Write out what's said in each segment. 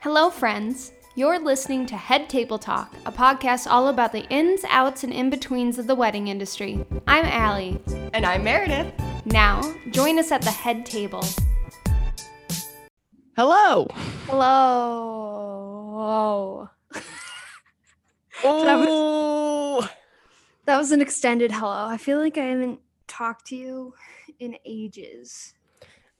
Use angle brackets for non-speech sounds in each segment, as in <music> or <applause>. Hello, friends. You're listening to Head Table Talk, a podcast all about the ins, outs, and in betweens of the wedding industry. I'm Allie. And I'm Meredith. Now, join us at the head table. Hello. Hello. That Oh, That was an extended hello. I feel like I haven't talked to you in ages.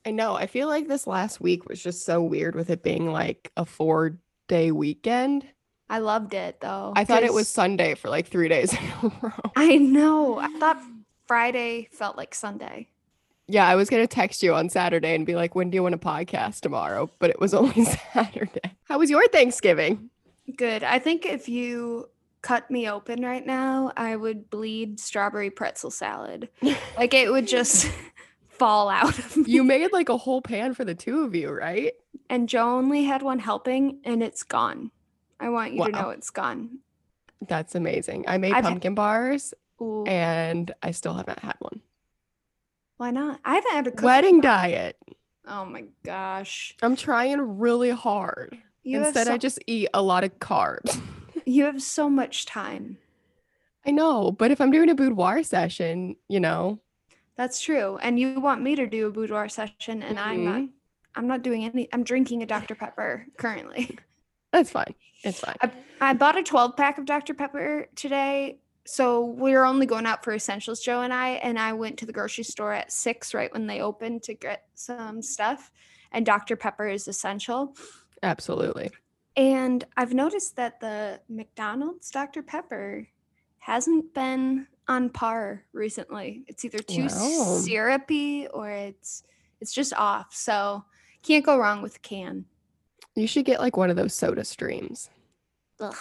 I know. I feel like this last week was just so weird with it being like a four day weekend. I loved it though. I thought it was because- Sunday for like three days in a <laughs> row. I know. I thought Friday felt like Sunday. Yeah, I was going to text you on Saturday and be like, when do you want a podcast tomorrow? But it was <laughs> only Saturday. How was your Thanksgiving? Good. I think if you cut me open right now, I would bleed strawberry pretzel <laughs> salad. like it would just <laughs> fall out of me. You made like a whole pan for the two of you, right? And Joe only had one helping and it's gone. I want you to Wow. know it's gone. That's amazing. I made I've- pumpkin bars Ooh, and I still haven't had one. why not? I haven't had a cookie. Wedding diet. Oh my gosh. I'm trying really hard. You have, Instead, so, I just eat a lot of carbs. <laughs> you have so much time. I know, but if I'm doing a boudoir session, you know, That's true. And you want me to do a boudoir session and I'm not Mm-hmm. I'm not doing any I'm drinking a Dr. Pepper currently. that's fine. It's fine. I bought a 12 pack of Dr. Pepper today. So we were only going out for essentials, Joe and I. And I went to the grocery store at six, right when they opened, to get some stuff. And Dr. Pepper is essential. Absolutely. And I've noticed that the McDonald's Dr. Pepper hasn't been on par recently. It's either too Wow. syrupy or it's it's just off. So can't go wrong with a can. You should get like one of those soda streams. Ugh.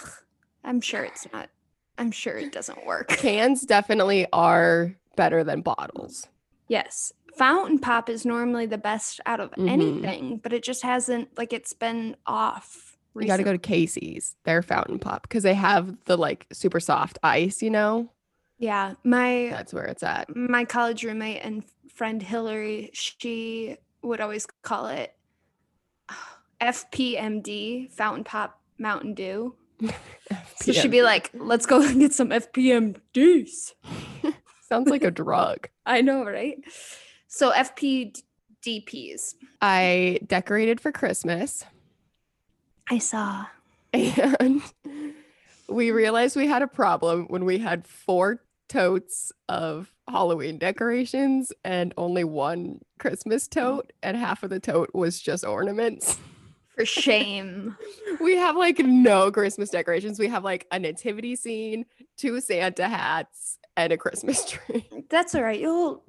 I'm sure it's not. I'm sure it doesn't work. Cans definitely are better than bottles. Yes. Fountain pop is normally the best out of Mhm. anything, but it just hasn't like it's been off. You got to go to Casey's, their fountain pop, because they have the like super soft ice, you know? Yeah, my That's where it's at. my college roommate and friend Hillary, she would always call it <sighs> FPMD, Fountain Pop Mountain Dew. So she'd be like, "Let's go <laughs> get some FPMDs." <laughs> sounds like a drug. I know, right? So FPDPs. I decorated for Christmas. I saw. <laughs> and we realized we had a problem when we had four totes of Halloween decorations and only one Christmas tote, and half of the tote was just ornaments. <laughs> For shame. We have like no Christmas decorations. We have like a nativity scene, two Santa hats, and a Christmas <laughs> tree. That's all right. You'll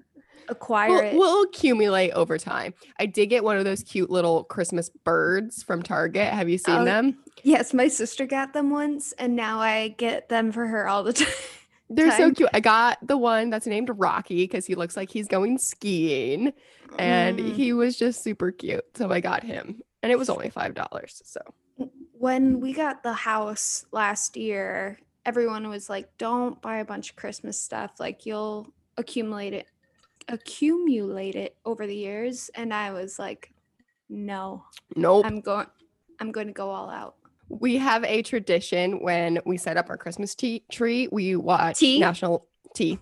acquire it. We'll, we'll accumulate over time. I did get one of those cute little Christmas birds from Target. Have you seen Oh, them? Yes, my sister got them once, and now I get them for her all the <laughs> time. They're so time. cute. I got the one that's named Rocky because he looks like he's going skiing and Mm. he was just super cute. So I got him and it was only $5. So when we got the house last year, everyone was like, "Don't buy a bunch of Christmas stuff. Like you'll accumulate it, accumulate it over the years." And I was like, "No, nope. I'm going. I'm going to go all out." Um, we have a tradition when we set up our Christmas tea- tree, we watch Tea? National Tea.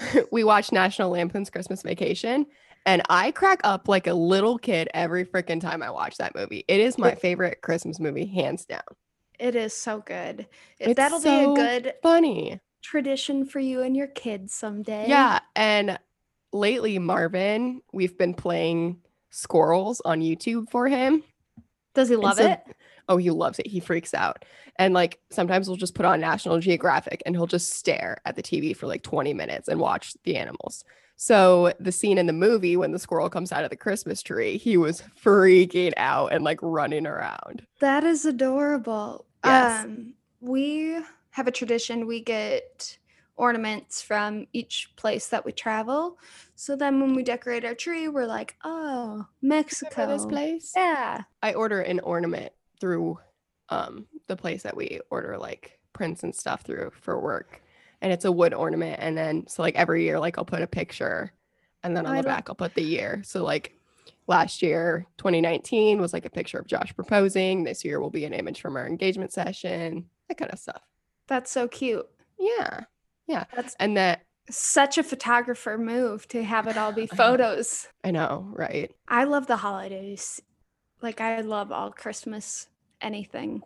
<laughs> we watch National Lampoon's Christmas Vacation. And I crack up like a little kid every freaking time I watch that movie. It is my favorite Christmas movie, hands down. It is so good. If It's That'll be so a good Funny. tradition for you and your kids someday. Yeah, and lately Marvin, we've been playing squirrels on YouTube for him. Does he And love so- it? Oh, he loves it. He freaks out. And like sometimes we'll just put on National Geographic and he'll just stare at the TV for like 20 minutes and watch the animals. So the scene in the movie when the squirrel comes out of the Christmas tree, he was freaking out and like running around. That is adorable. Yes. Um, we have a tradition. We get ornaments from each place that we travel. So then when we decorate our tree, we're like, oh, Remember Mexico. this place? Yeah. I order an ornament through um the place that we order like prints and stuff through for work. And it's a wood ornament. And then so like every year, like I'll put a picture and then on I the love- back I'll put the year. So like last year 2019 was like a picture of josh proposing this year will be an image from our engagement session that kind of stuff That's so cute. yeah yeah That's- and that Such a photographer move to have it all be <laughs> I know. photos. i know right I love the holidays. Like I love all Christmas <laughs> anything.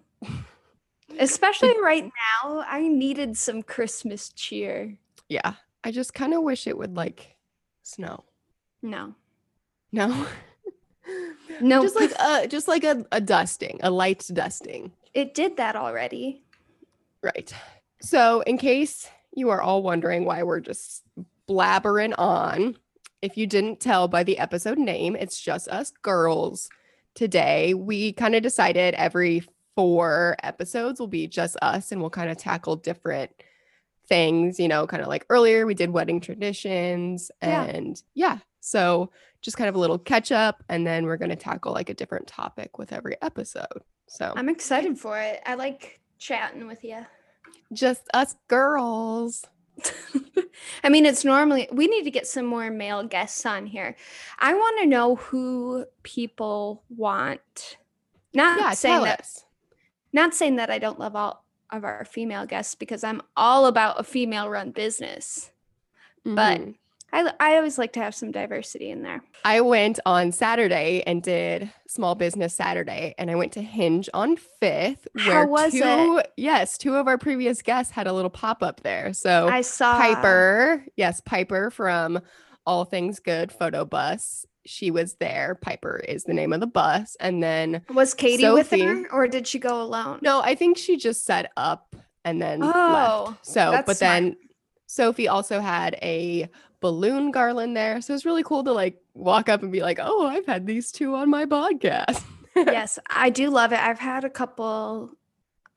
Especially right now, I needed some Christmas cheer. yeah i just kind of wish it would like snow No. no <laughs> No. just like a just like a, a dusting a light dusting it did that already. Right. So, in case you are all wondering why we're just blabbering on, if you didn't tell by the episode name, it's just us girls. Today, we kind of decided every four episodes will be just us and we'll kind of tackle different things, you know, kind of like earlier we did wedding traditions Yeah. and yeah. So, just kind of a little catch up and then we're going to tackle like a different topic with every episode. So, I'm excited for it. I like chatting with you. just us girls. <laughs> I mean, it's normally we need to get some more male guests on here. I want to know who people want. Not <laughs> yeah, saying tell that us. not saying that I don't love all of our female guests because I'm all about a female run business. but- Mhm. I I always like to have some diversity in there. I went on Saturday and did Small Business Saturday, and I went to Hinge on Fifth. How was it? two, Yes, two of our previous guests had a little pop up there. So I saw Piper, yes, Piper from All Things Good Photo Bus. She was there. Piper is the name of the bus, and then Was Katie with Sophie. her or did she go alone? no, I think she just set up and then Oh, left. So, that's but smart. then Sophie also had a balloon garland there. So it's really cool to like walk up and be like, "Oh, I've had these two on my podcast." <laughs> yes, I do love it. I've had a couple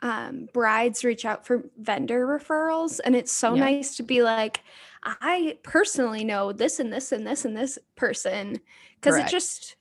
um, brides reach out for vendor referrals, and it's so Yeah. nice to be like, I personally know this and this and this and this person because it Correct. just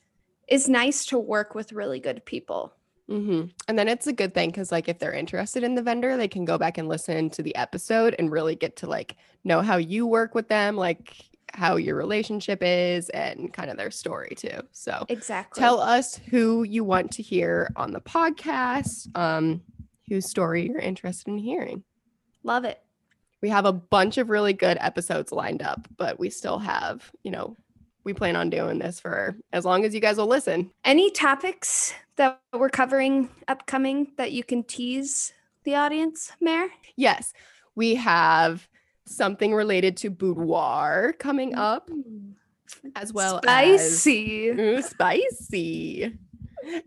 is nice to work with really good people. Mm-hmm. hmm And then it's a good thing because like if they're interested in the vendor, they can go back and listen to the episode and really get to like know how you work with them, like how your relationship is, and kind of their story too. So Exactly. tell us who you want to hear on the podcast um whose story you're interested in hearing love it. we have a bunch of really good episodes lined up but we still have you know we plan on doing this for as long as you guys will listen Any topics that we're covering upcoming that you can tease the audience, Mayor? yes we have something related to boudoir coming up as well as Mm. spicy. Ooh, spicy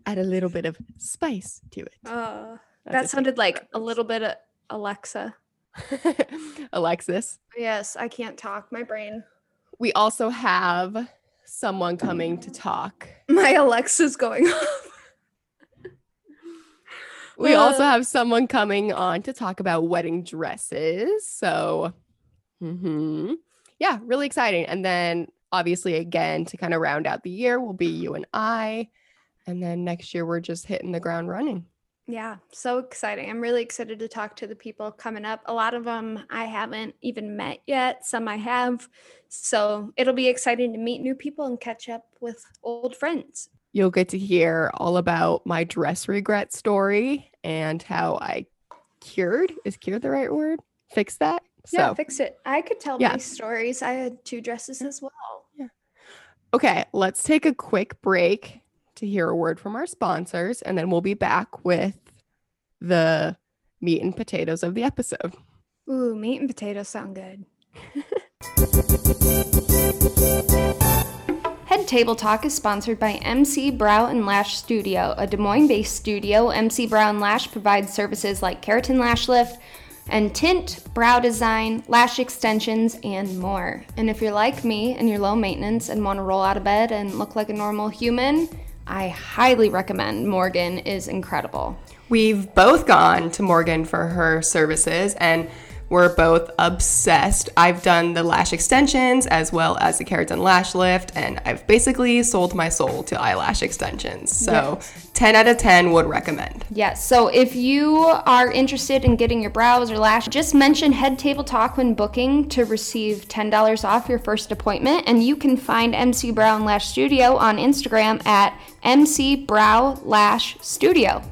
add a little bit of spice to it Oh, that That's a sounded like a little bit of Alexa. <laughs> alexis Yes, I can't talk. My brain. <laughs> we also have someone coming to talk. My Alexa's going off. We also Uh. have someone coming on to talk about wedding dresses. So, hmm yeah, really exciting. And then, obviously, again, to kind of round out the year, will be you and I. And then next year, we're just hitting the ground running. Yeah, so exciting. I'm really excited to talk to the people coming up. A lot of them I haven't even met yet, some I have. So it'll be exciting to meet new people and catch up with old friends. You'll get to hear all about my dress regret story and how I cured. Is cured the right word? Fix that. Yeah, so, fix it. I could tell Yeah. my stories. I had two dresses as well. Okay, let's take a quick break to hear a word from our sponsors, and then we'll be back with the meat and potatoes of the episode. Ooh, meat and potatoes sound good. Head Table Talk is sponsored by MC Brow and Lash Studio, a Des Moines based studio. MC Brow and Lash provides services like keratin lash lift and tint, brow design, lash extensions, and more. And if you're like me and you're low maintenance and want to roll out of bed and look like a normal human, I highly recommend Morgan is incredible. We've both gone to Morgan for her services, and We're both obsessed. I've done the lash extensions as well as the Keratin lash lift, and I've basically sold my soul to eyelash extensions. So, 10 out of 10 would recommend. Yes. So if you are interested in getting your brows or lash, just mention Head Table Talk when booking to receive $10 off your first appointment. And you can find MC Brow and Lash Studio on Instagram at MC Brow Lash Studio.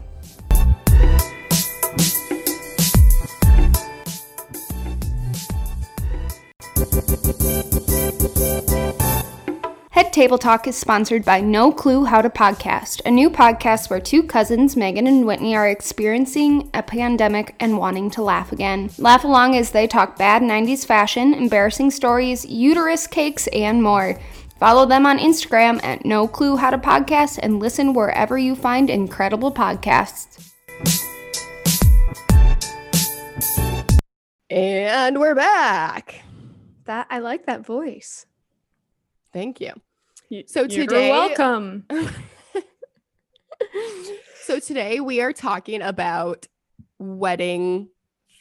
Head Table Talk is sponsored by No Clue How to Podcast, a new podcast where two cousins, Megan and Whitney, are experiencing a pandemic and wanting to laugh again. Laugh along as they talk bad 90s fashion, embarrassing stories, uterus cakes, and more. Follow them on Instagram at No Clue How to Podcast and listen wherever you find incredible podcasts. And we're back. That I like that voice. Thank you. Y- So today, You're welcome. so today we are talking about wedding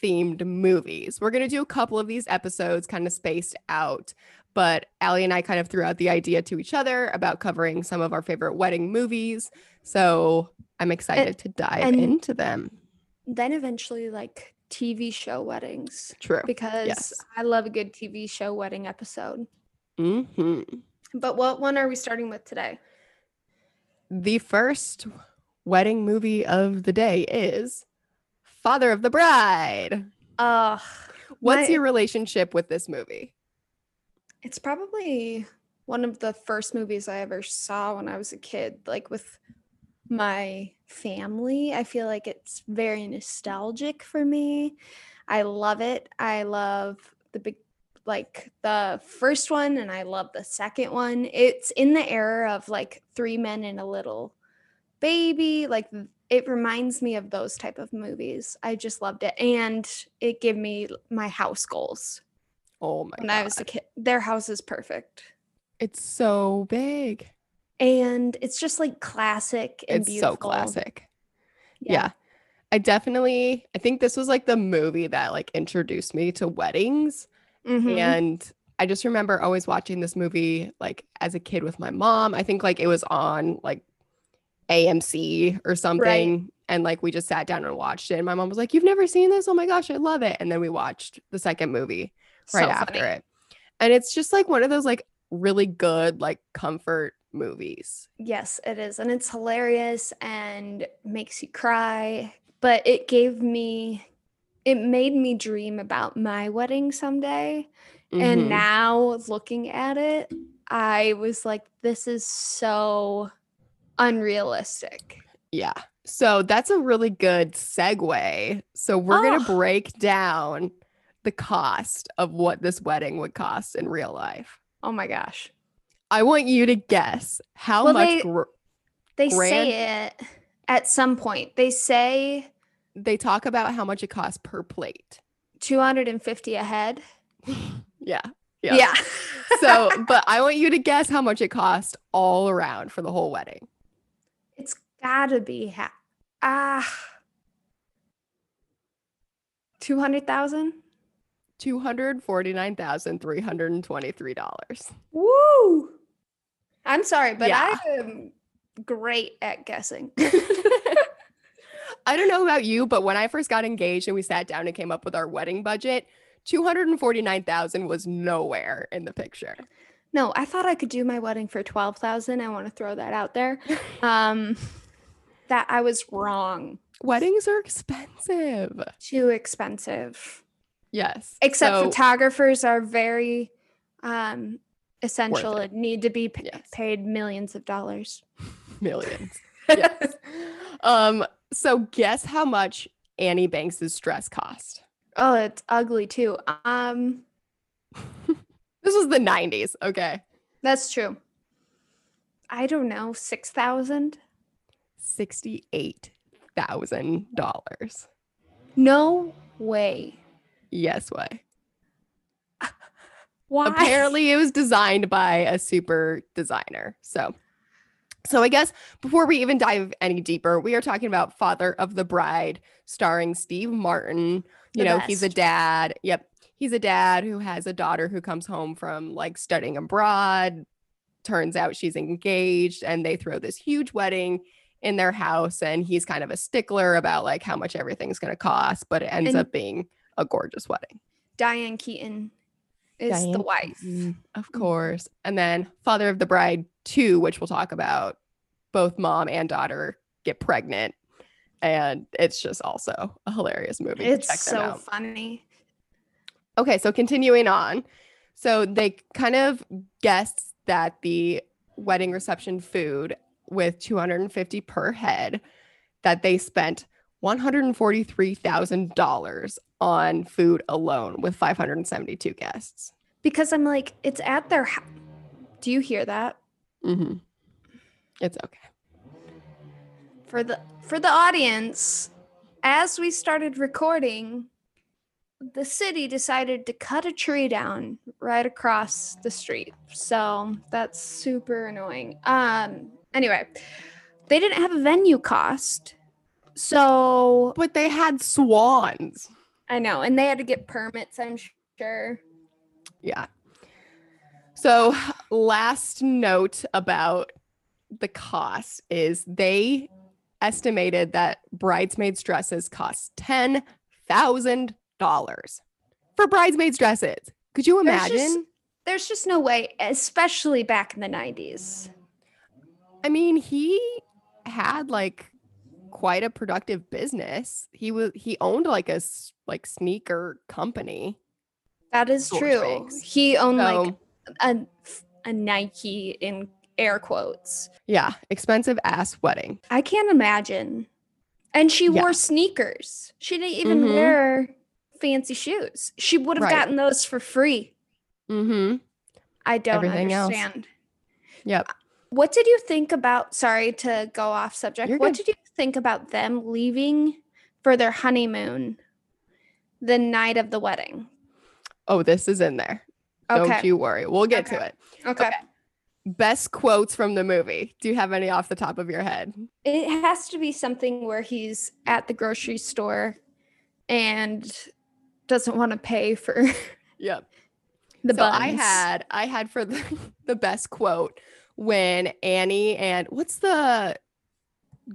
themed movies. We're going to do a couple of these episodes kind of spaced out, but Allie and I kind of threw out the idea to each other about covering some of our favorite wedding movies. So I'm excited to dive and- into them. <laughs> then eventually like TV show weddings True. because Yes. I love a good TV show wedding episode. hmm But what one are we starting with today? The first wedding movie of the day is Father of the Bride. Ugh. What's My- your relationship with this movie? It's probably one of the first movies I ever saw when I was a kid, like with my family. I feel like it's very nostalgic for me. I love it. I love the big, like the first one, and I love the second one. It's in the era of like Three Men and a Little Baby. Like th- it reminds me of those type of movies. I just loved it. And it gave me my house goals Oh my when god. I was a kid. Their house is perfect. It's so big. And it's just like classic and it's beautiful. so classic. Yeah. I definitely I think this was like the movie that like introduced me to weddings Mhm. and I just remember always watching this movie like as a kid with my mom. I think like it was on like AMC or something and like we just sat down and watched it and my mom was like, "You've never seen this? Oh my gosh, I love it." And then we watched the second movie So right after funny. it. And it's just like one of those like really good like comfort movies. Yes, it is. And it's hilarious and makes you cry. But it gave me, it made me dream about my wedding someday. Mhm. And now looking at it, I was like, this is so unrealistic. Yeah. So that's a really good segue. So we're going to Oh. break down the cost of what this wedding would cost in real life. Oh my gosh. I want you to guess how Well, much they- they, They say Grand- it at some point. They say they talk about how much it costs per plate. 250 a head. Yeah. Yeah. <laughs> so, but I want you to guess how much it cost all around for the whole wedding. it's gotta be ha- ah 200,000? 249,323. dollars Woo! I'm sorry, but Yeah. I am great at <laughs> guessing. I don't know about you, but when I first got engaged and we sat down and came up with our wedding budget, 249,000 was nowhere in the picture. no, I thought I could do my wedding for 12,000. I want to throw that out <laughs> there. Um that I was wrong. Weddings are expensive. Too expensive. Yes. except So- photographers are very um essential and need to be p- Yes. paid millions of dollars millions. yes. Um so guess how much Annie Banks's dress cost? <laughs> oh it's ugly too um This was the 90s, okay? that's true i don't know 6000 $68,000. no way Yes way. why Apparently, it was designed by a super designer. So, so I guess before we even dive any deeper, we are talking about Father of the Bride, starring Steve Martin. The you know he's a best. dad yep he's a dad who has a daughter who comes home from like studying abroad turns out she's engaged and they throw this huge wedding in their house and he's kind of a stickler about like how much everything's going to cost but it ends And- up being a gorgeous wedding <laughs> Diane Keaton is the Diane wife. Mm, of Mm. course and then father of the bride 2 which we'll talk about both mom and daughter get pregnant and it's just also a hilarious movie It's Check them so out. funny. Okay, so continuing on. So they kind of guessed that the wedding reception food with 250 per head that they spent $143,000 on food alone with 572 guests. Because I'm like, it's at their house. Do you hear that? Mhm. It's okay. For the for the audience, as we started recording, the city decided to cut a tree down right across the street. So that's super annoying. Um anyway, they didn't have a venue cost. So But they had swans. I know, and they had to get permits, I'm sure. Yeah. So, last note about the cost is they estimated that bridesmaids' dresses cost $10,000 for bridesmaids' dresses. Could you There's just- imagine? There's just no way, especially back in the 90s. I mean, he had like quite a productive business. He was he owned like a s- like sneaker company. That is Source true. banks. He owned So, like a, a Nike in air quotes. yeah, expensive ass wedding. I can't imagine. And she Yeah. wore sneakers. She didn't even Mhm. wear fancy shoes. She would have Right. gotten those for free. Mhm. I don't Everything else. understand. Uh, Yep. What did you think about? Sorry to go off subject. You're what good. did you think about them leaving for their honeymoon the night of the wedding? Oh, this is in there. Don't Okay. you worry. We'll get to Okay. it. Okay. Best quotes from the movie. Do you have any off the top of your head? It has to be something where he's at the grocery store and doesn't want to pay for <laughs> Yep. the so buns. I had I had for the, <laughs> the best quote when Annie and what's the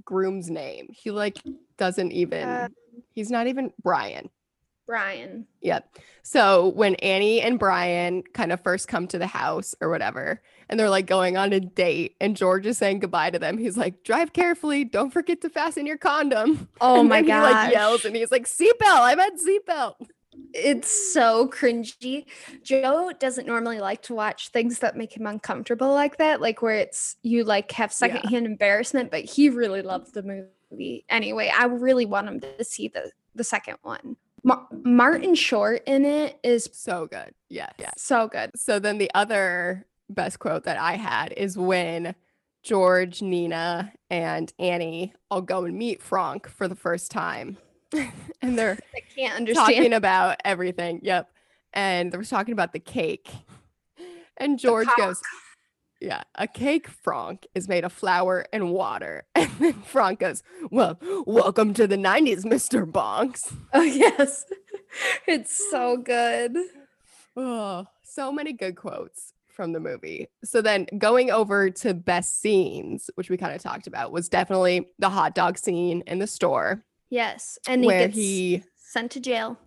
groom's name? He like doesn't even Uh, he's not even Brian. Brian. Yep. So when Annie and Brian kind of first come to the house or whatever, and they're like going on a date, and George is saying goodbye to them, he's like, "Drive carefully. Don't forget to fasten your condom." Oh <laughs> And my then he, god. like yells and he's like, "Seatbelt! I meant seatbelt." It's so cringy. Joe doesn't normally like to watch things that make him uncomfortable like that, like where it's you like have Yeah. secondhand embarrassment, but he really loved the movie. Anyway, I really want him to see the the second one. Ma- Martin Short in it is So good. Yes. so good. So then the other best quote that I had is when George, Nina, and Annie all go and meet Frank for the <laughs> first time, and they're I can't understand. talking about everything. Yep. And they were talking about the cake. And George cock. goes, Yeah, a cake, Franck, is made of flour and water. <laughs> And then Franck goes, Well, welcome to the 90s, Mr. Bonks. <laughs> Oh yes. It's so good. Oh, so many good quotes from the movie. So then going over to best scenes, which we kind of talked about, was definitely the hot dog scene in the store Yes. And he where gets he sent to jail.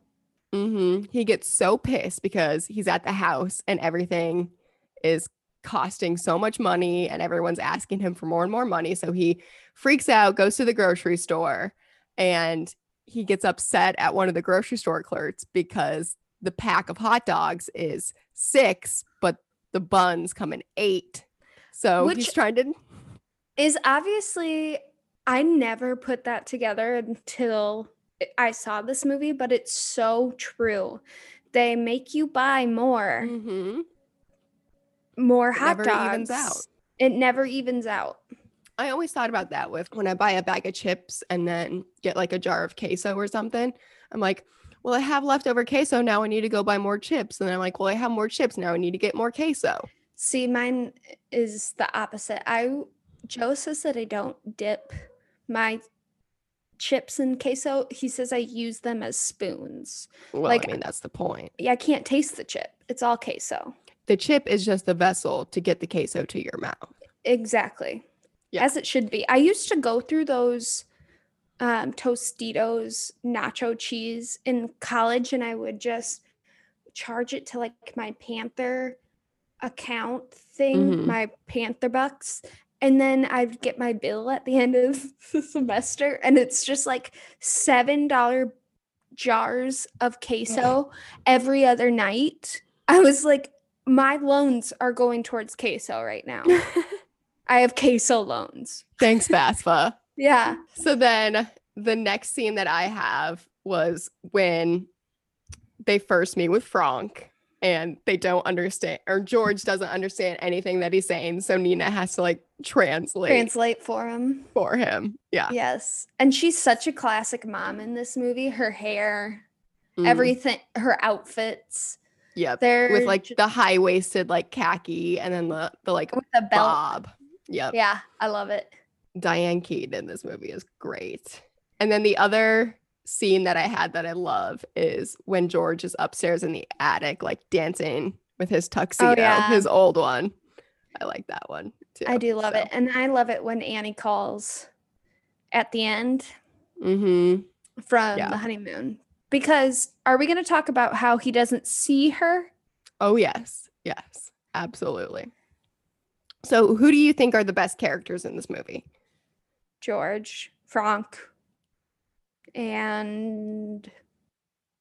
Mm-hmm. He gets so pissed because he's at the house and everything is costing so much money and everyone's asking him for more and more money. So he freaks out, goes to the grocery store, and he gets upset at one of the grocery store clerks because the pack of hot dogs is six, but the buns come in eight. So Which- he's trying to is obviously I never put that together until I- I saw this movie, but it's so true. They make you buy more, Mhm. more It hot never dogs. evens out. It never evens out. I always thought about that with when I buy a bag of chips and then get like a jar of queso or something. I'm like, well, I have leftover queso. Now I need to go buy more chips. And then I'm like, well, I have more chips. Now I need to get more queso. See, mine is the opposite. I Joe says that I don't dip my chips and queso. He says I use them as spoons. Well, Like- I mean, that's the point. Yeah, I can't taste the chip. It's all queso. The chip is just the vessel to get the queso to your mouth. Exactly. Yeah. As it should be. I used to go through those um, Tostitos nacho cheese in college and I would just charge it to like my Panther account thing, Mhm. my Panther bucks. And then I'd get my bill at the end of <laughs> the semester and it's just like $7 jars of queso every other night. I was like, my loans are going towards queso right <laughs> now. I have queso loans. Thanks, FAFSA. Yeah. So then the next scene that I have was when they first meet with Frank and they don't understand or George doesn't understand anything that he's saying. So Nina has to like translate Translate for him. for him. Yeah. Yes. And she's such a classic mom in this movie. Her hair, Mm, everything, her outfits. Yep. They're With like ju- the high waisted like khaki and then the, the like with a belt. bob. Yep. Yeah, I love it. Diane Keaton in this movie is great. And then the other scene that I had that I love is when George is upstairs in the attic, like dancing with his tuxedo, Oh, yeah. his old one. I like that one too. I do love it. And I love it when Annie calls at the end Mm-hmm. from Yeah. the honeymoon. Because are we going to talk about how he doesn't see her? Oh yes, yes, absolutely. So, who do you think are the best characters in this movie? George, Frank, and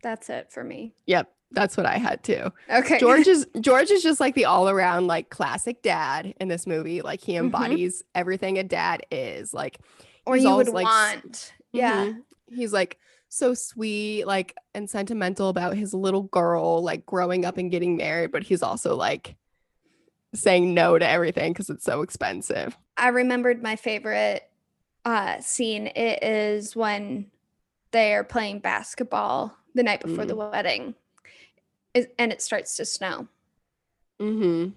that's it for me. Yep, that's what I had too. Okay. George is George is just like the all around like classic dad in this movie. Like he Mhm. embodies everything a dad is. Like <laughs> or he's you always, would like, s- want. mm-hmm. Yeah. Mhm. He's like so sweet, like and sentimental about his little girl, like growing up and getting married, but he's also like saying no to everything because it's so expensive. I remembered my favorite uh scene. It is when they are playing basketball the night before the Mm. wedding. It- and it starts to snow. hmm Mm-hmm.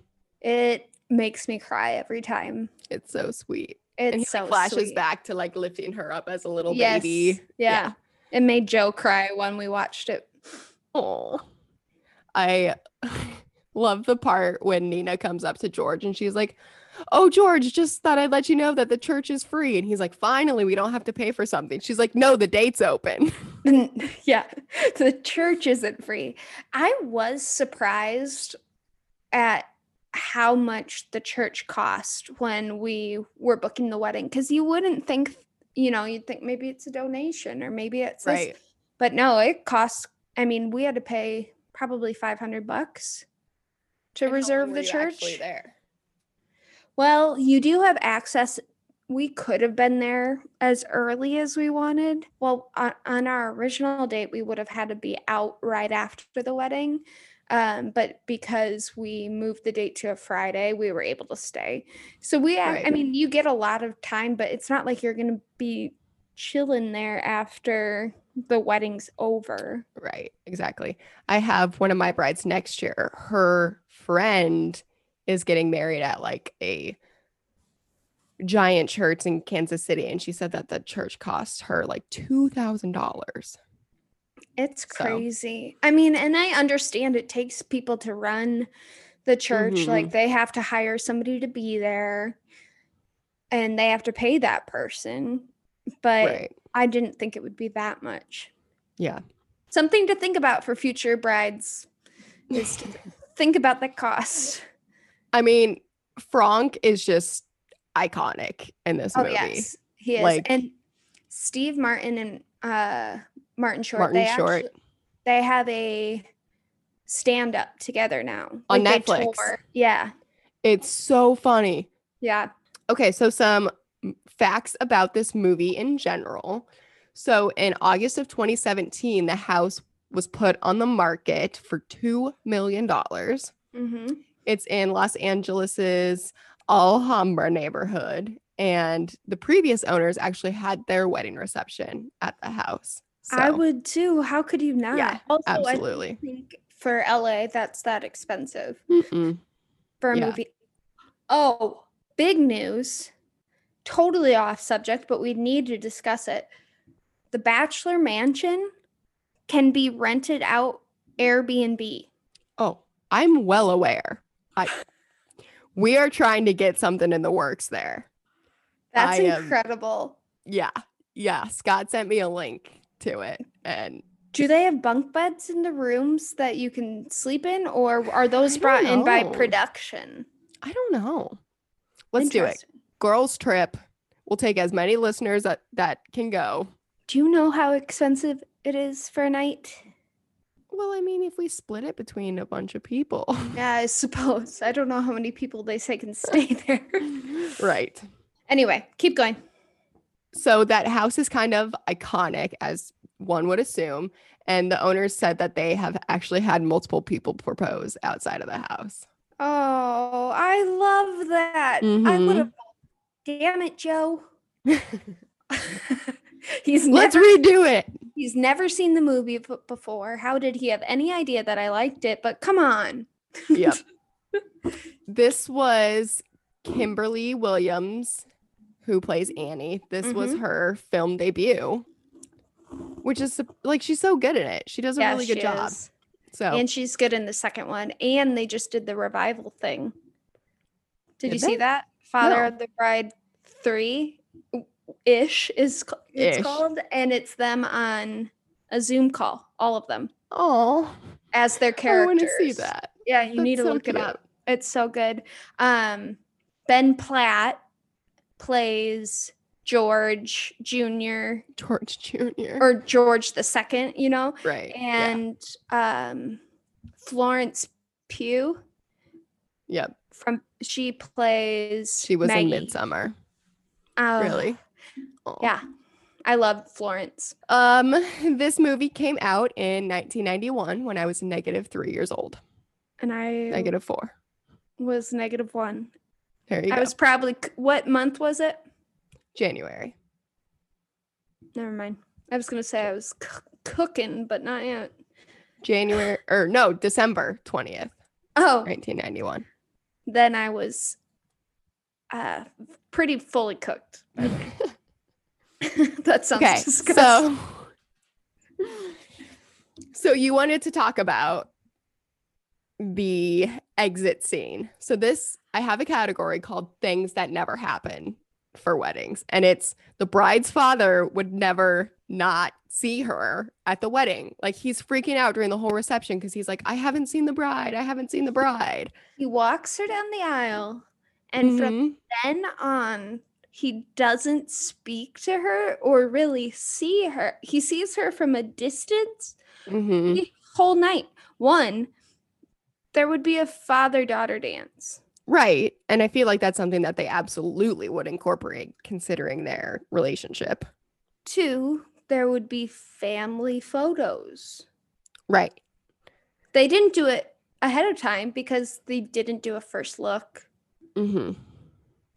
It makes me cry every time. It's so sweet. It's and he so like, flashes sweet. back to like lifting her up as a little Yes. baby. yeah. It made Joe cry when we watched it. <laughs> Oh, I <laughs> love the part when Nina comes up to George and she's like, Oh, George, just thought I'd let you know that the church is free. And he's like, Finally, we don't have to pay for something. She's like, No, the date's open. yeah, <laughs> the church isn't free. I was surprised at how much the church cost when we were booking the wedding because you wouldn't think, you know, you'd think maybe it's a donation or maybe it's this, Right. but no, it costs. I mean, we had to pay probably 500 bucks to reserve the church. there. Well, you do have access. We could have been there as early as we wanted. Well, on, on our original date, we would have had to be out right after the wedding. Um, but because we moved the date to a Friday, we were able to stay. So we, ac- I Right. mean, you get a lot of time, but it's not like you're going to be chilling there after the wedding's over. Right. Exactly. I have one of my brides next year. Her friend is getting married at like a giant church in Kansas City. And she said that the church cost her like $2,000. It's So- crazy. I mean, and I understand it takes people to run the church. Mm-hmm. Like they have to hire somebody to be there and they have to pay that person. But Right. I didn't think it would be that much. Yeah. Something to think about for future brides is to think about the cost. <laughs> I mean, Frank is just iconic in this Oh, movie. yes. He is. Like- and Steve Martin and uh, Martin Short. Martin they Short. actu- they have a stand up together now On they Netflix. tour. Yeah. It's so funny. Yeah. Okay, so some m- facts about this movie in general. So, in August of 2017, the house was put on the market for $2 million. hmm It's in Los Angeles's Alhambra neighborhood. And the previous owners actually had their wedding reception at the house. So, I would too. How could you not? also, absolutely. I think for LA, that's that expensive Mm-mm. for a Yeah. movie. Oh, big news. Totally off subject, but we need to discuss it. the bachelor mansion can be rented out Airbnb. Oh, I'm well aware. I we are trying to get something in the works there. That's I am- incredible. Yeah. Yeah. Scott sent me a link to it. And Do they have bunk beds in the rooms that you can sleep in, or are those don't brought in by know. production? I don't know. Let's do it. Girls trip. We'll take as many listeners that, that can go. Do you know how expensive it is for a night? Well, I mean, if we split it between a bunch of people. <laughs> Yeah, I suppose. I don't know how many people they say can stay <laughs> there. right. Anyway, keep going. So that house is kind of iconic, as one would assume. And the owners said that they have actually had multiple people propose outside of the house. Oh, I love that. I would Mhm. have. Damn it, <laughs> Joe. he's Let's never redo it. he's never seen the movie b- before. How did he have any idea that I liked it? But come on. Yep. <laughs> this was Kimberly Williams, who plays Annie. This was Mhm. her film debut, which is sup- like she's so good in it. She does a Yeah, really good she job. is. So And she's good in the second one. And they just did the revival thing. Did, Did you they? see that? Father No. of the Bride 3 ish is ca- it's Ish. called. And it's them on a Zoom call, all of them, oh, as their I characters. want to see that. Yeah, you need to That's so look it cute. up. It's so good. Um, ben Platt plays George Jr. George Jr. or George the second, you know, right. yeah, Er, and um, Florence Pugh Yep. from she plays She was in Maggie. Midsummer. Oh, really? Oh. Yeah, I love Florence. Um, this movie came out in 1991 when I was negative three years old, And I negative four. was negative one. There you I go. was probably c- what month was it? January. Never mind. I was gonna say I was c- cooking, but not yet. January or no, December 20th, Oh, 1991. then I was uh pretty fully cooked. <laughs> by then. that sounds Okay. disgusting. So <laughs> So you wanted to talk about the exit scene. So this I have a category called things that never happen for weddings and it's the bride's father would never not see her at the wedding. Like he's freaking out during the whole reception cuz he's like I haven't seen the bride. I haven't seen the bride. He walks her down the aisle, and from Mhm. then on, he doesn't speak to her or really see her. He sees her from a distance Mhm. the whole night. One, there would be a father daughter dance. Right. And I feel like that's something that they absolutely would incorporate considering their relationship. Two, there would be family photos. Right. They didn't do it ahead of time because they didn't do a first look. hmm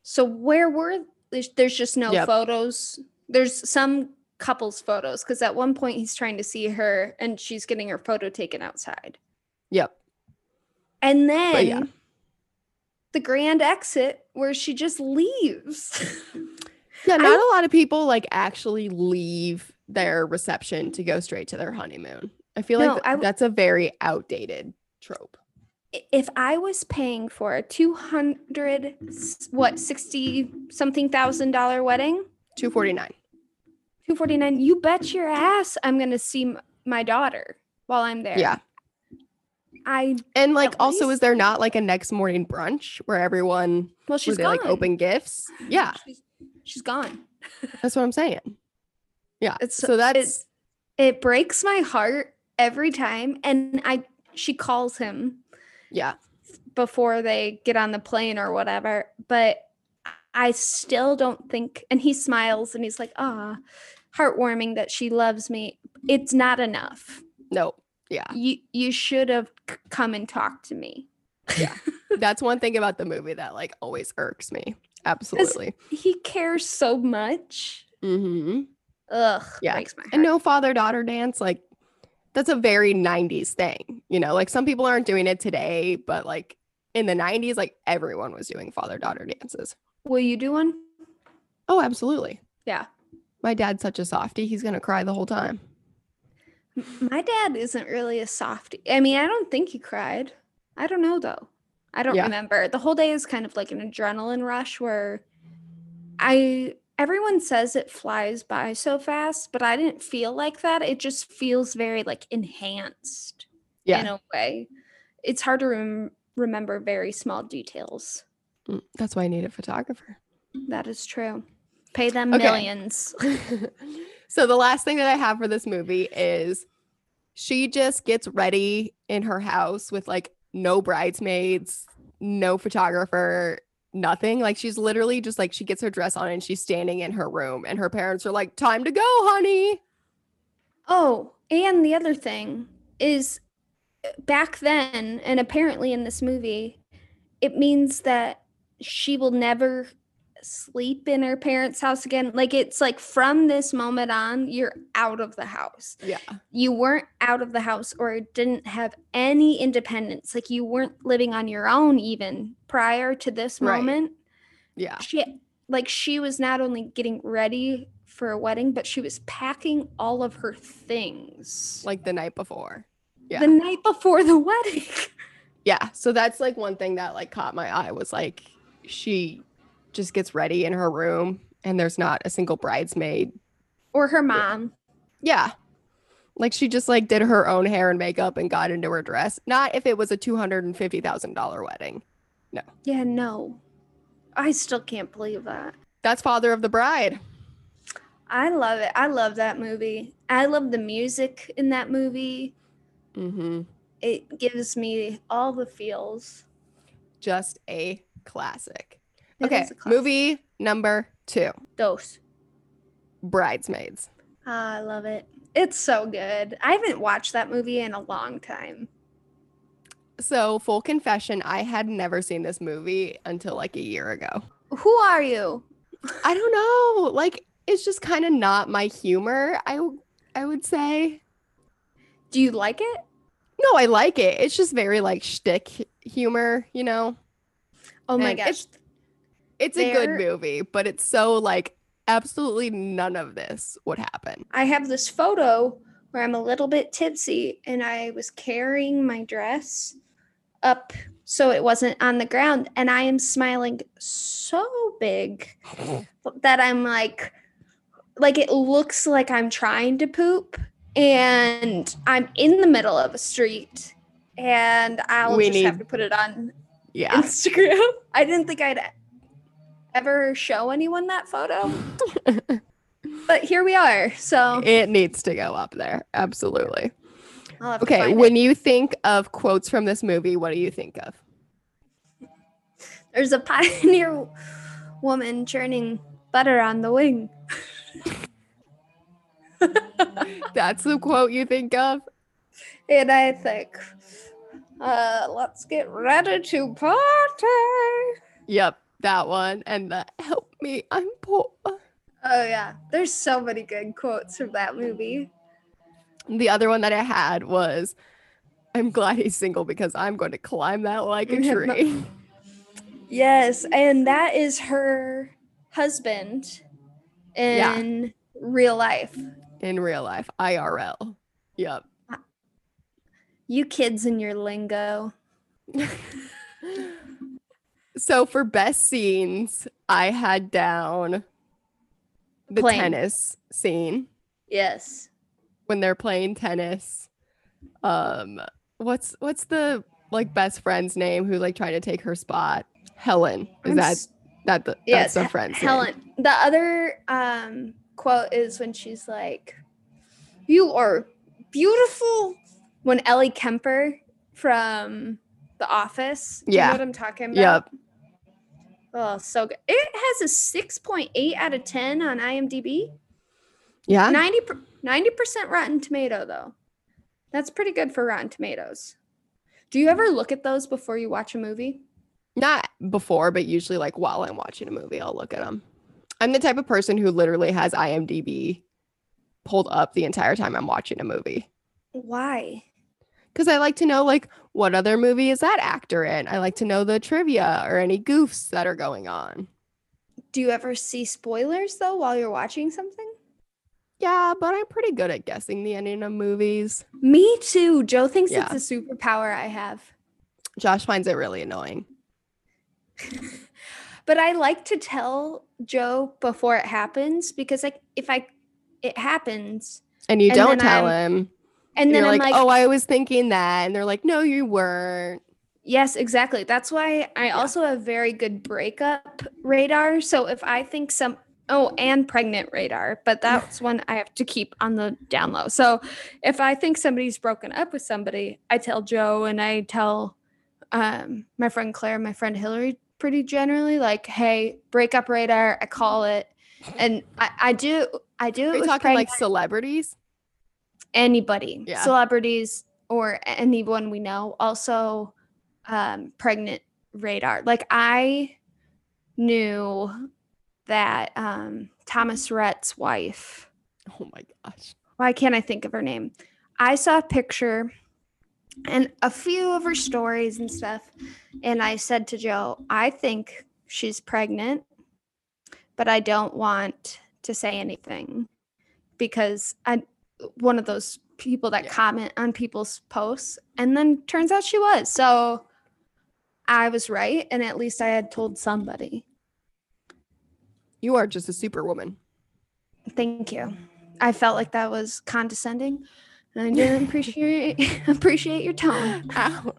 So where were there's, there's just no Yep. photos. There's some couples photos because at one point he's trying to see her and she's getting her photo taken outside. Yep. And then yeah. the grand exit where she just leaves. <laughs> Yeah. Not a lot of people like actually leave their reception to go straight to their honeymoon. I feel No, like th- I w- that's a very outdated trope. I- if I was paying for a 200 s- what 60 something thousand dollar wedding, 249. 249, you bet your ass I'm going to see m- my daughter while I'm there. Yeah. I And like, At also, is least- there not like a next morning brunch where everyone, well where she's they gone. like open gifts? Yeah. She's, she's gone. That's what I'm saying. Yeah. It's so- so that's, it's it breaks my heart every time and i she calls him yeah. before they get on the plane or whatever but i still don't think and he smiles and he's like ah heartwarming that she loves me it's not enough No. Yeah. you you should have c- come and talked to me That's one thing about the movie that like always irks me. Absolutely. he cares so much hmm ugh Yeah. breaks my heart. And no father daughter dance, like that's a very 90s thing. You know, like some people aren't doing it today, but like in the 90s, like everyone was doing father daughter dances. will you do one Oh, absolutely. My dad's such a softie. He's gonna cry the whole time. My dad isn't really a softie. I mean, I don't think he cried. I don't know though. I don't Yeah. remember. The whole day is kind of like an adrenaline rush where I everyone says it flies by so fast, but I didn't feel like that. It just feels very like enhanced Yeah, in a way. It's hard to rem- remember very small details. Mm, that's why I need a photographer. That is true. Pay them Okay. millions. <laughs> so the last thing that I have for this movie is she just gets ready in her house with like no bridesmaids, no photographer, nothing. Like she's literally just like she gets her dress on and she's standing in her room and her parents are like, "Time to go, honey." Oh, and the other thing is uh, back then, and apparently in this movie, it means that she will never sleep in her parents' house again. Like it's like from this moment on, you're out of the house. Yeah. You weren't out of the house or didn't have any independence. Like you weren't living on your own even prior to this Right. moment Yeah. she like she was not only getting ready for a wedding but she was packing all of her things Like the night before. yeah. the night before the <laughs> wedding yeah so that's like one thing that like caught my eye was like she just gets ready in her room and there's not a single bridesmaid or her mom yeah like she just like did her own hair and makeup and got into her dress not if it was a $250000 wedding yeah no i still can't believe that that's father of the bride i love it i love that movie i love the music in that movie mm-hmm. it gives me all the feels just a classic It okay is a class- movie number two dose Ah, bridesmaids i love it it's so good i haven't watched that movie in a long time so full confession i had never seen this movie until like a year ago who are you I don't know. Like it's just kind of not my humor. I w- I would say do you like it no. I like it. It's just very like shtick hu- humor. You know, oh my And gosh it's- it's a good There- movie, but it's so like absolutely none of this would happen. I have this photo where I'm a little bit tipsy and I was carrying my dress up so it wasn't on the ground. And I am smiling so <laughs> big that I'm like, like it looks like I'm trying to poop and I'm in the middle of a street and I'll We just have need- to put it on Yeah, Instagram. <laughs> I didn't think I'd ever show anyone that <laughs> photo. but here we are. So it needs to go up there. Absolutely. I'll have to Okay, find when it. you think of quotes from this movie, what do you think of? there's a pioneer <laughs> woman churning butter on the wing. That's the quote you think of. And I think, uh, let's get ready to party. Yep, that one. And the help me, I'm poor. Oh yeah, there's so many good quotes from that movie. The other one that I had was, I'm glad he's single because I'm going to climb that like a You have no- tree. <laughs> Yes, and that is her husband Yeah. in real life. In real life, IRL. Yep. You kids and your lingo. So for best scenes, I had down the Playing. tennis scene Yes. when they're playing tennis. Um, what's what's the like best friend's name who like trying to take her spot? Helen. Is I'm that s- that the yes, that's He- the friend's name. Helen. The other um quote is when she's like, "You are beautiful." When Ellie Kemper from The Office. Do You Yeah. know what I'm talking about? Yep. Oh, so good. It has a 6.8 out of 10 on IMDb. Yeah. 90 percent Rotten Tomato though. That's pretty good for Rotten Tomatoes. Do you ever look at those before you watch a movie? not before, but usually like while I'm watching a movie, I'll look at them. I'm the type of person who literally has IMDb pulled up the entire time I'm watching a movie Why? because I like to know like what other movie is that actor in. I like to know the trivia or any goofs that are going on. Do you ever see spoilers though while you're watching something? Yeah, but I'm pretty good at guessing the ending of movies. Me too. Joe thinks Yeah. it's a superpower I have. <laughs> Josh finds it really annoying. but I like to tell Joe before it happens because like if I it happens And you And don't then tell him. and then You're I'm like, like, oh, I was thinking that. And they're like, no, you weren't. yes, exactly. That's why I also have very good breakup radar. So if I think some oh, and pregnant radar, but that's one I have to keep on the down low. So if I think somebody's broken up with somebody, I tell Joe and I tell um my friend Claire, my friend Hillary pretty generally, like, hey, breakup radar, I call it. And I, I do I do Are it you with talking pregnant- like celebrities? <laughs> anybody, Yeah. celebrities or anyone we know. Also, um, pregnant radar. Like I knew that um, Thomas Rhett's wife. Oh my gosh. Why can't I think of her name? I saw a picture and a few of her stories and stuff, and I said to Joe, "I think she's pregnant, but I don't want to say anything because I one of those people that Yeah. comment on people's posts and then turns out she was. So I was right and at least I had told somebody. You are just <gasps> a superwoman. Thank you. I felt like that was condescending and I <laughs> didn't appreciate appreciate your tone. Ouch.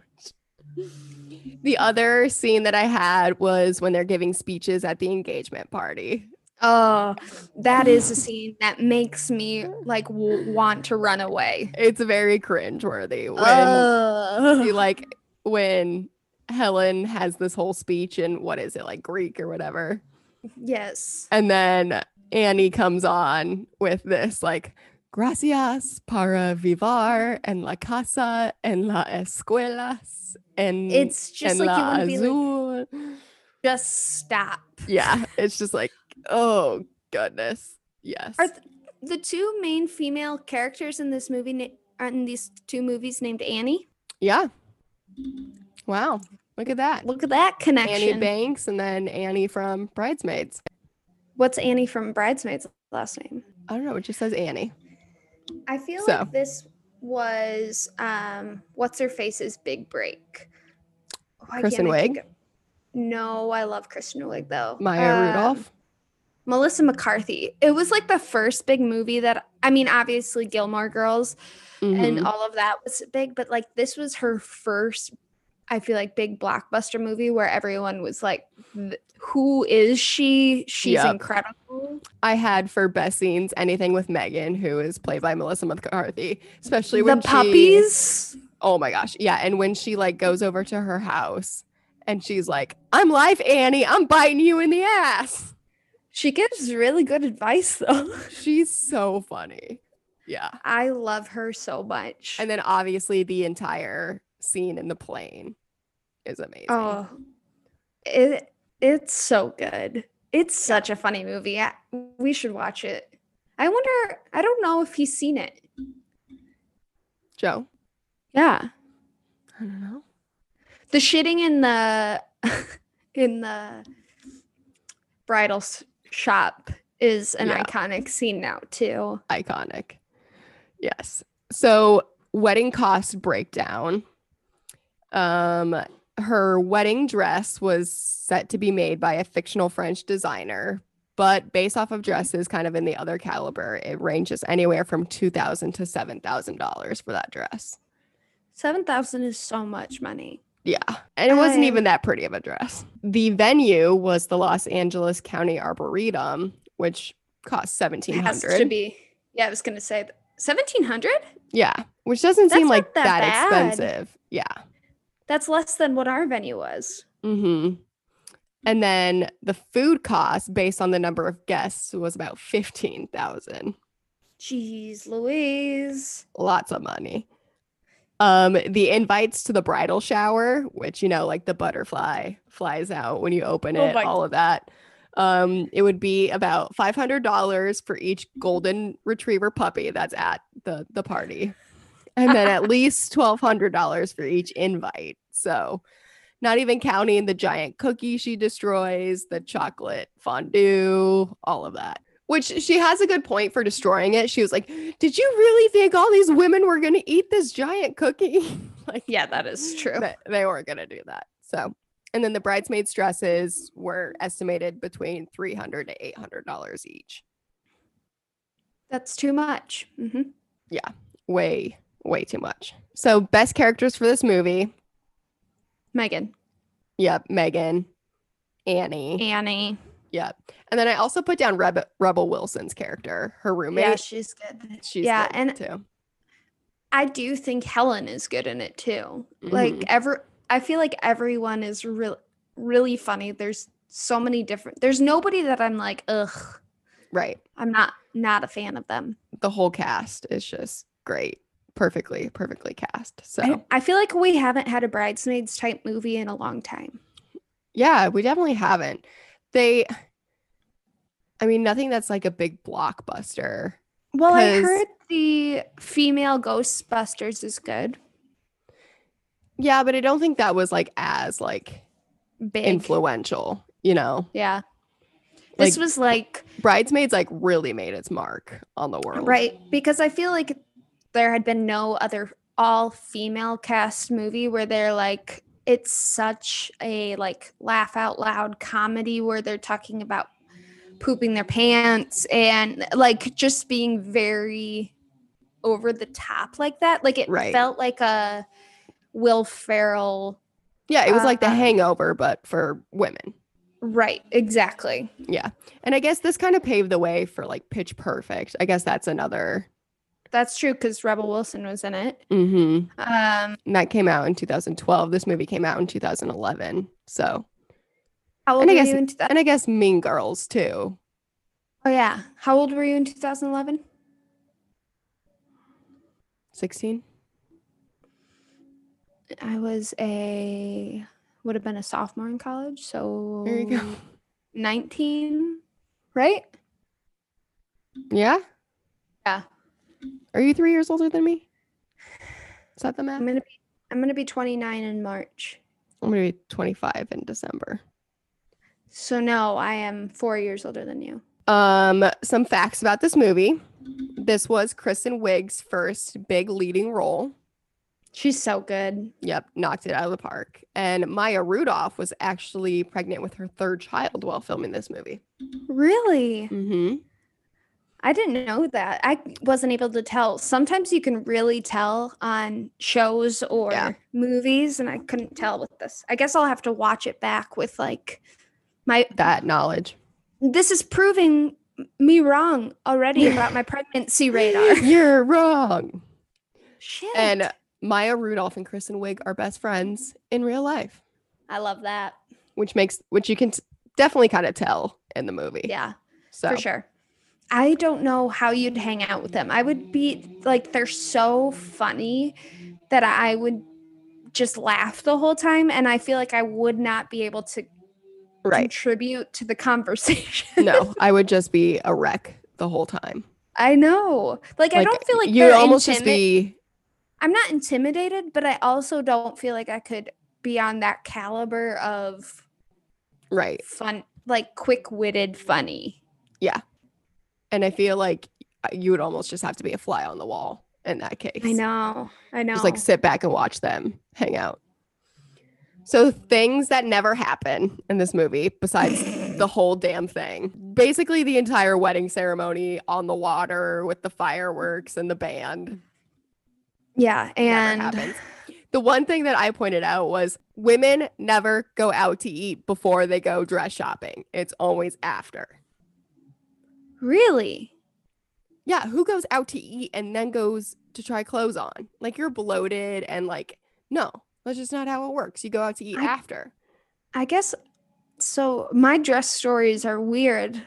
The other scene that I had was when they're giving speeches at the engagement party. Oh, that is a scene that makes me like w- want to run away. Oh, It's very cringeworthy when Ugh. <laughs> you like when Helen has this whole speech in what is it like Greek or whatever, yes. and then Annie comes on with this like gracias para vivar and la casa and la escuelas and It's just and like you la want to be like, azul. <laughs> just stop. yeah, it's just like oh goodness, yes. Are th- the two main female characters in this movie na- are in these two movies named Annie? Yeah. Wow. Look at that. Look at that Annie connection. Banks and then Annie from Bridesmaids. What's Annie from Bridesmaids last name? I don't know. It just says Annie. I feel So. like this was um what's her face's big break. Why Kristen can't I Wiig? think of- No, I love Kristen Wiig though. Maya Um, Rudolph. Melissa McCarthy. It was like the first big movie that I mean, obviously Gilmore Girls Mhm. and all of that was big, but like this was her first, I feel like, big blockbuster movie where everyone was like, "Th- "Who is she? She's Yep. incredible." I had for best scenes anything with Megan, who is played by Melissa McCarthy, especially when the she- puppies. oh my gosh, yeah, and when she like goes over to her house and she's like, "I'm live, Annie. I'm biting you in the ass." She gives really good advice though. <laughs> She's so funny. Yeah, I love her so much. and then obviously the entire scene in the plane is amazing. oh, it it's so good. It's such a funny movie. I, we should watch it. I wonder. I don't know if he's seen it. Joe, Yeah. I don't know. the shitting in the <laughs> in the bridal s- shop is an Yeah. iconic scene now too. iconic. Yes. So wedding cost breakdown. Um her wedding dress was set to be made by a fictional French designer, but based off of dresses kind of in the other caliber, it ranges anywhere from 2000 to $7,000 for that dress. Seven thousand is so much money. Yeah. And it wasn't I- even that pretty of a dress. The venue was the Los Angeles County Arboretum, which cost It 1700. has to be. Yeah, I was gonna say seventeen hundred. Yeah, which doesn't That's seem not like that that, bad. expensive. Yeah. That's less than what our venue was. hmm And then the food cost, based on the number of guests, was about fifteen thousand. Jeez, Louise. Lots of money. Um, the invites to the bridal shower, which you know, like the butterfly flies out when you open Oh it, my- all of that. Um, it would be about five hundred dollars for each golden retriever puppy that's at the the party, and <laughs> then at least twelve hundred dollars for each invite. So, not even counting the giant cookie she destroys, the chocolate fondue, all of that. Which she has a good point for destroying it. She was like, "Did you really think all these women were going to eat this giant cookie?" <laughs> like, Yeah, that is true. they, they weren't going to do that. So, and then the bridesmaids' dresses were estimated between three hundred to eight hundred dollars each. That's too much. hmm Way, way too much. So, best characters for this movie. <laughs> Megan, Yep, Megan, Annie. Annie. Yep, and then I also put down Reb- Rebel Wilson's character, her roommate. Yeah, she's good. She's yeah, good and too. I do think Helen is good in it too. Mhm. Like ever I feel like everyone is really really funny. There's so many different there's nobody that I'm like, ugh, right. I'm not not a fan of them. the whole cast is just great perfectly perfectly cast so I, I feel like we haven't had a bridesmaids type movie in a long time. yeah we definitely haven't they i mean nothing that's like a big blockbuster Well, I 'Cause- heard the female Ghostbusters is good. yeah but i don't think that was like as like Big. influential you know Yeah. Like- This was like bridesmaids like really made its mark on the world Right, because I feel like there had been no other all female cast movie where they're like it's such a like laugh out loud comedy where they're talking about pooping their pants and like just being very over the top like that. Like it Right. felt like a Will Ferrell. yeah it was like the Uh, hangover but for women Right, exactly. and i guess this kind of paved the way for like pitch perfect i guess that's another That's true because Rebel Wilson was in it. mm-hmm Um, and that came out in 2012. This movie came out in 2011. So, how old And I were guess- you in 2000? and I guess Mean Girls too. Oh yeah, how old were you in 2011? 16. I was a would have been a sophomore in college, so There <laughs> you go. 19, right? Yeah. Yeah. Are you three years older than me? Is that the math? I'm going to be I'm going to be 29 in March. I'm gonna be 25 in December. So no, I am 4 years older than you. Um, some facts about this movie. This was Kristen Wiig's first big leading role. She's so good. Yep, knocked it out of the park. And Maya Rudolph was actually pregnant with her third child while filming this movie. Really? Mm-hmm. I didn't know that. I wasn't able to tell. Sometimes you can really tell on shows or Yeah. movies and I couldn't tell with this. I guess I'll have to watch it back with like my That knowledge. this is proving me wrong already about my pregnancy radar. You're wrong. <laughs> Shit. And Maya Rudolph and Kristen Wiig are best friends in real life, I love that. which makes which you can t- definitely kind of tell in the movie. Yeah, So for sure. I don't know how you'd hang out with them. I would be like, they're so funny that I would just laugh the whole time. And I feel like I would not be able to right. contribute to the <laughs> conversation. no, I would just be a wreck the whole time. <laughs> I know. Like, I don't feel like you'd they're almost just intimi- be I'm not intimidated, but I also don't feel like I could be on that caliber of right. fun, like quick witted funny. And I feel like uh, you would almost just have to be a fly on the wall in that case. I know. I know. Just like sit back and watch them hang out. So things that never happen in this movie besides <laughs> the whole damn thing. Basically the entire wedding ceremony on the water with the fireworks and the band. yeah. never And happens. The one thing that I pointed out was women never go out to eat before they go dress shopping. It's always after. really, Yeah, who goes out to eat and then goes to try clothes on? Like you're bloated and like no, that's just not how it works. You go out to eat I- after. I guess so. My dress stories are weird,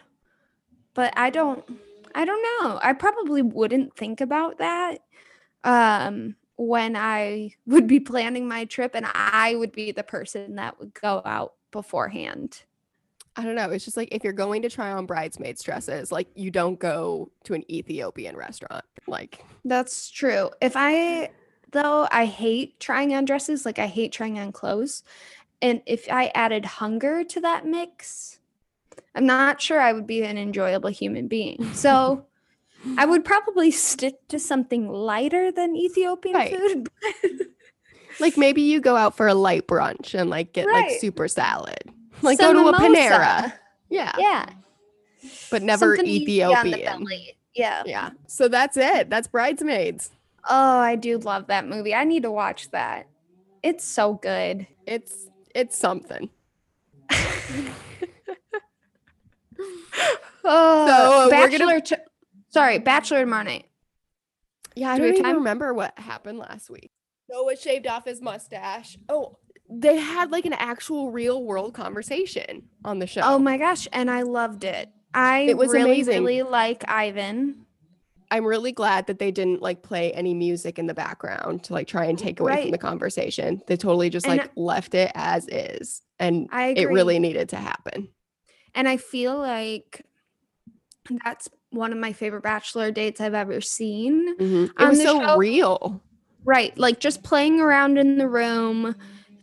but I don't, I don't know. I probably wouldn't think about that um, when I would be planning my trip and I would be the person that would go out beforehand. I don't know. It's just like if you're going to try on bridesmaids dresses, like you don't go to an Ethiopian restaurant. Like That's true. If I though I hate trying on dresses, like I hate trying on clothes. And if I added hunger to that mix, I'm not sure I would be an enjoyable human being. So I would probably stick to something lighter than Ethiopian Right. food. Like maybe you go out for a light brunch and like get like Right. super salad. Like Some go to a mimosa. Panera. Yeah. Yeah. But never something easy on the Ethiopian. belly. Yeah. Yeah. So that's it. That's Bridesmaids. Oh, I do love that movie. I need to watch that. It's so good. It's it's something. Oh, So, we're Bachelor. gonna- Ch- sorry, Bachelor tomorrow night. Yeah, I Do we don't have even time? remember what happened last week. Noah shaved off his mustache. Oh, they had like an actual real world conversation on the show. Oh my gosh, and I loved it. I It was really, amazing. really like Ivan. I'm really glad that they didn't like play any music in the background to like try and take away from Right. the conversation. They totally just And- like left it as is. And I agree. it really needed to happen. and I feel like that's one of my favorite bachelor dates I've ever seen. It Mm-hmm. On was the so show- real. Right, like just playing around in the room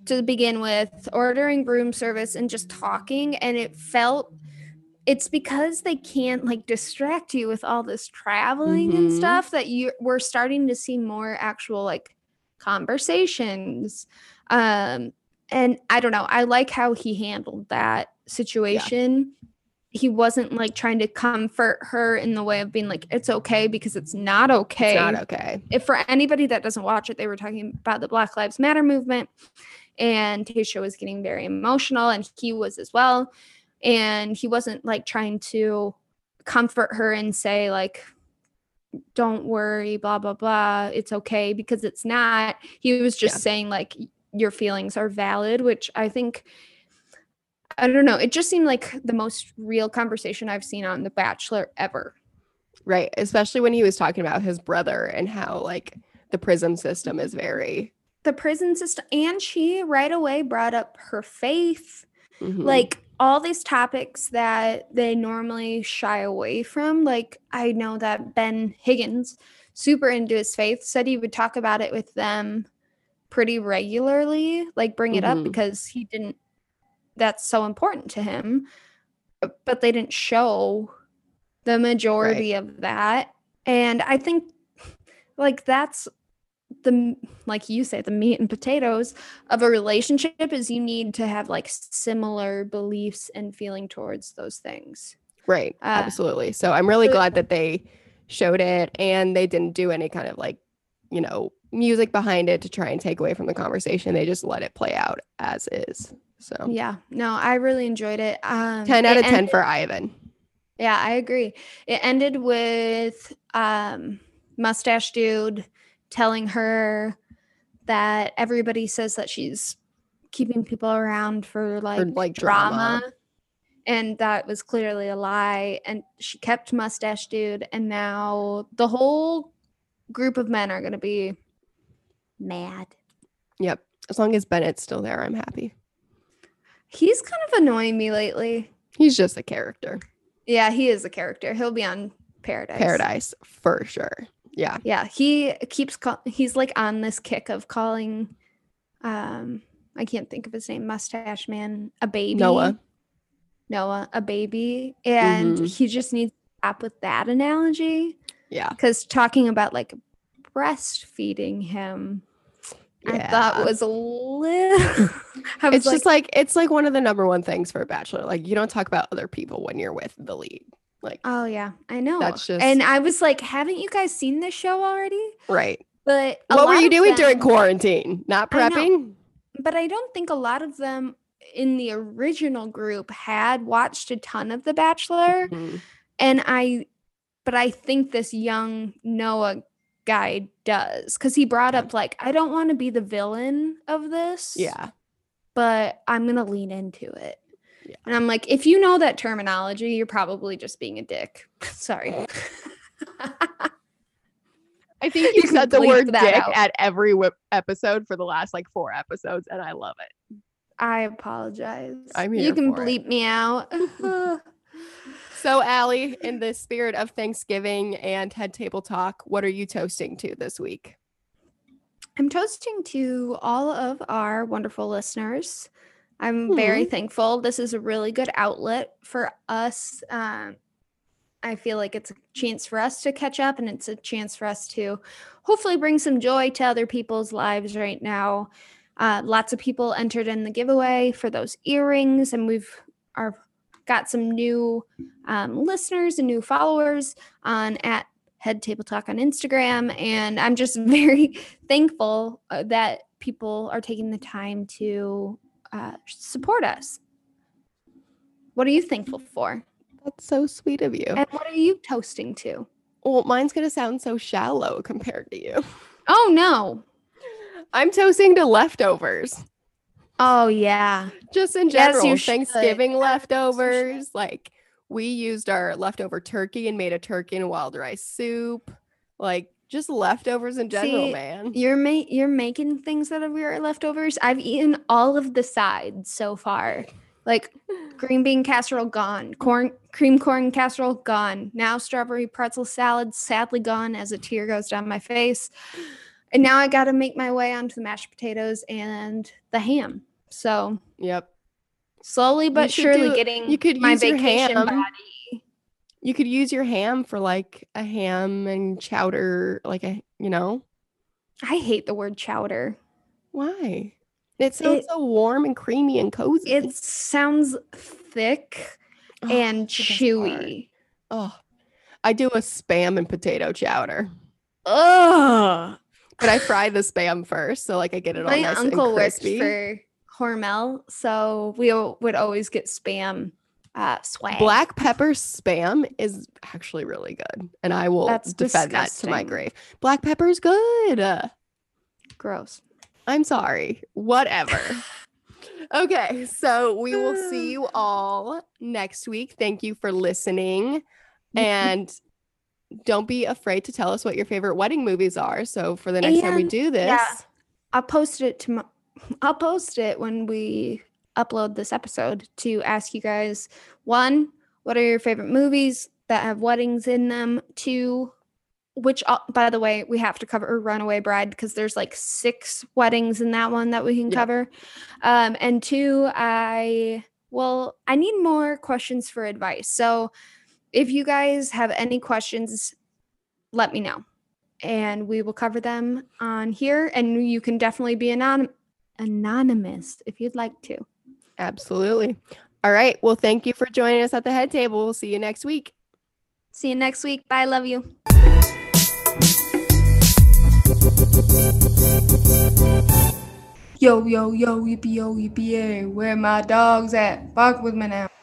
to begin with, ordering room service and just talking and it felt it's because they can't like distract you with all this traveling and Mhm. stuff that you we're starting to see more actual like conversations. Um and I don't know, I like how he handled that situation. He wasn't like trying to comfort her in the way of being like it's okay because it's not okay It's not okay. if for anybody that doesn't watch it, they were talking about the Black Lives Matter movement, and Taysha was getting very emotional, and he was as well. And he wasn't like trying to comfort her and say, like, don't worry, blah, blah, blah. It's okay because it's not. He was just Yeah. saying, like, your feelings are valid, which I think, I don't know, it just seemed like the most real conversation I've seen on The Bachelor ever. Right. Especially when he was talking about his brother and how like the prism system is very the prison system and she right away brought up her faith mhm. like all these topics that they normally shy away from like i know that ben higgins super into his faith said he would talk about it with them pretty regularly like bring it up Mhm. because he didn't that's so important to him Uh, but they didn't show the majority of that and i think like that's the m- like you say the meat and potatoes of a relationship is you need to have like similar beliefs and feeling towards those things Right. Uh, absolutely. So I'm really so- glad that they showed it and they didn't do any kind of like, you know, music behind it to try and take away from the conversation. They just let it play out as is. So yeah no i really enjoyed it um 10 out it of 10 ended- for Ivan. yeah i agree it ended with um mustache dude telling her that everybody says that she's keeping people around for like, like, drama. drama. and that was clearly a lie and she kept mustache dude and now the whole group of men are going to be mad Yep. As long as Bennett's still there, I'm happy. he's kind of annoying me lately He's just a character. yeah he is a character he'll be on paradise Paradise for sure. Yeah. yeah he keeps call- he's like on this kick of calling um i can't think of his name mustache man a baby Noah. noah a baby and Mhm. he just needs to stop with that analogy Yeah. because talking about like breastfeeding him i Yeah. thought was a little <laughs> I was It's just like it's like one of the number one things for a bachelor. Like you don't talk about other people when you're with the lead. Like oh yeah i know just- and i was like haven't you guys seen this show already right. but a What were lot you of doing during them- quarantine? Not I know. prepping? but I don't think a lot of them in the original group had watched a ton of The Bachelor. Mhm. And I, but I think this young Noah guy does because he brought up, like, I don't want to be the villain of this. Yeah. But I'm going to lean into it. Yeah. And I'm like, if you know that terminology, you're probably just being a dick. <laughs> <laughs> Sorry. I think You you, can said the bleep word dick that out. at every whip episode for the last like four episodes, and I love it. I apologize. I'm you here can for it. bleep me <laughs> out. <laughs> So, Allie, in the spirit of Thanksgiving and head table talk, what are you toasting to this week? I'm toasting to all of our wonderful listeners I'm very thankful. This is a really good outlet for us. Um, I feel like it's a chance for us to catch up and it's a chance for us to hopefully bring some joy to other people's lives right now. Uh, lots of people entered in the giveaway for those earrings, and we've are got some new um, listeners and new followers on at Head Table Talk on Instagram, and I'm just <laughs> very thankful uh, that people are taking the time to uh, support us. What are you thankful for? That's so sweet of you. And what are you toasting to? well, mine's going to sound so shallow compared to you. Oh no. I'm toasting to leftovers. Oh yeah. Just in Yes, general, you should. Thanksgiving Yes, you should. leftovers. Like we used our leftover turkey and made a turkey and wild rice soup. Like just leftovers in general, See, man. You're ma- you're making things out of your leftovers. I've eaten all of the sides so far. <laughs> Like green bean casserole gone, corn cream corn casserole gone. Now strawberry pretzel salad sadly gone as a tear goes down my face. And now I got to make my way onto the mashed potatoes and the ham. So, Yep. slowly but should surely do- getting you could my use your vacation ham. body. You could use your ham for like a ham and chowder, like a you know I hate the word chowder. why? It sounds It- so warm and creamy and cozy. It sounds thick Oh, and it's the best part. chewy. Oh, I do a spam and potato chowder, Ugh. but I fry the spam first, so like I get it all My nice uncle and worked crispy. for Hormel, so we al- would always get spam uh, swag. Black pepper spam is actually really good, and I will That's defend that to my disgusting. grave. Black pepper's good. Uh, gross. I'm sorry. <laughs> Whatever. okay, so we will <sighs> see you all next week. Thank you <laughs> for listening, and don't be afraid to tell us what your favorite wedding movies are. So for the next time we And- do this. yeah. I'll post it to my, <laughs> I'll post it when we upload this episode to ask you guys one, what are your favorite movies that have weddings in them? Two, which uh, by the way, we have to cover Runaway Bride because there's like six weddings in that one that we can Yep. cover. Um, and two, I well, I need more questions for advice. So if you guys have any questions, let me know and we will cover them on here. And you can definitely be anon- anonymous if you'd like to. Absolutely. All right. Well, thank you for joining us at the head table. We'll see you next week. See you next week. Bye. Love you. Yo, yo, yo, yippee, yo, yippee, yay. Where my dogs at? Fuck with me now.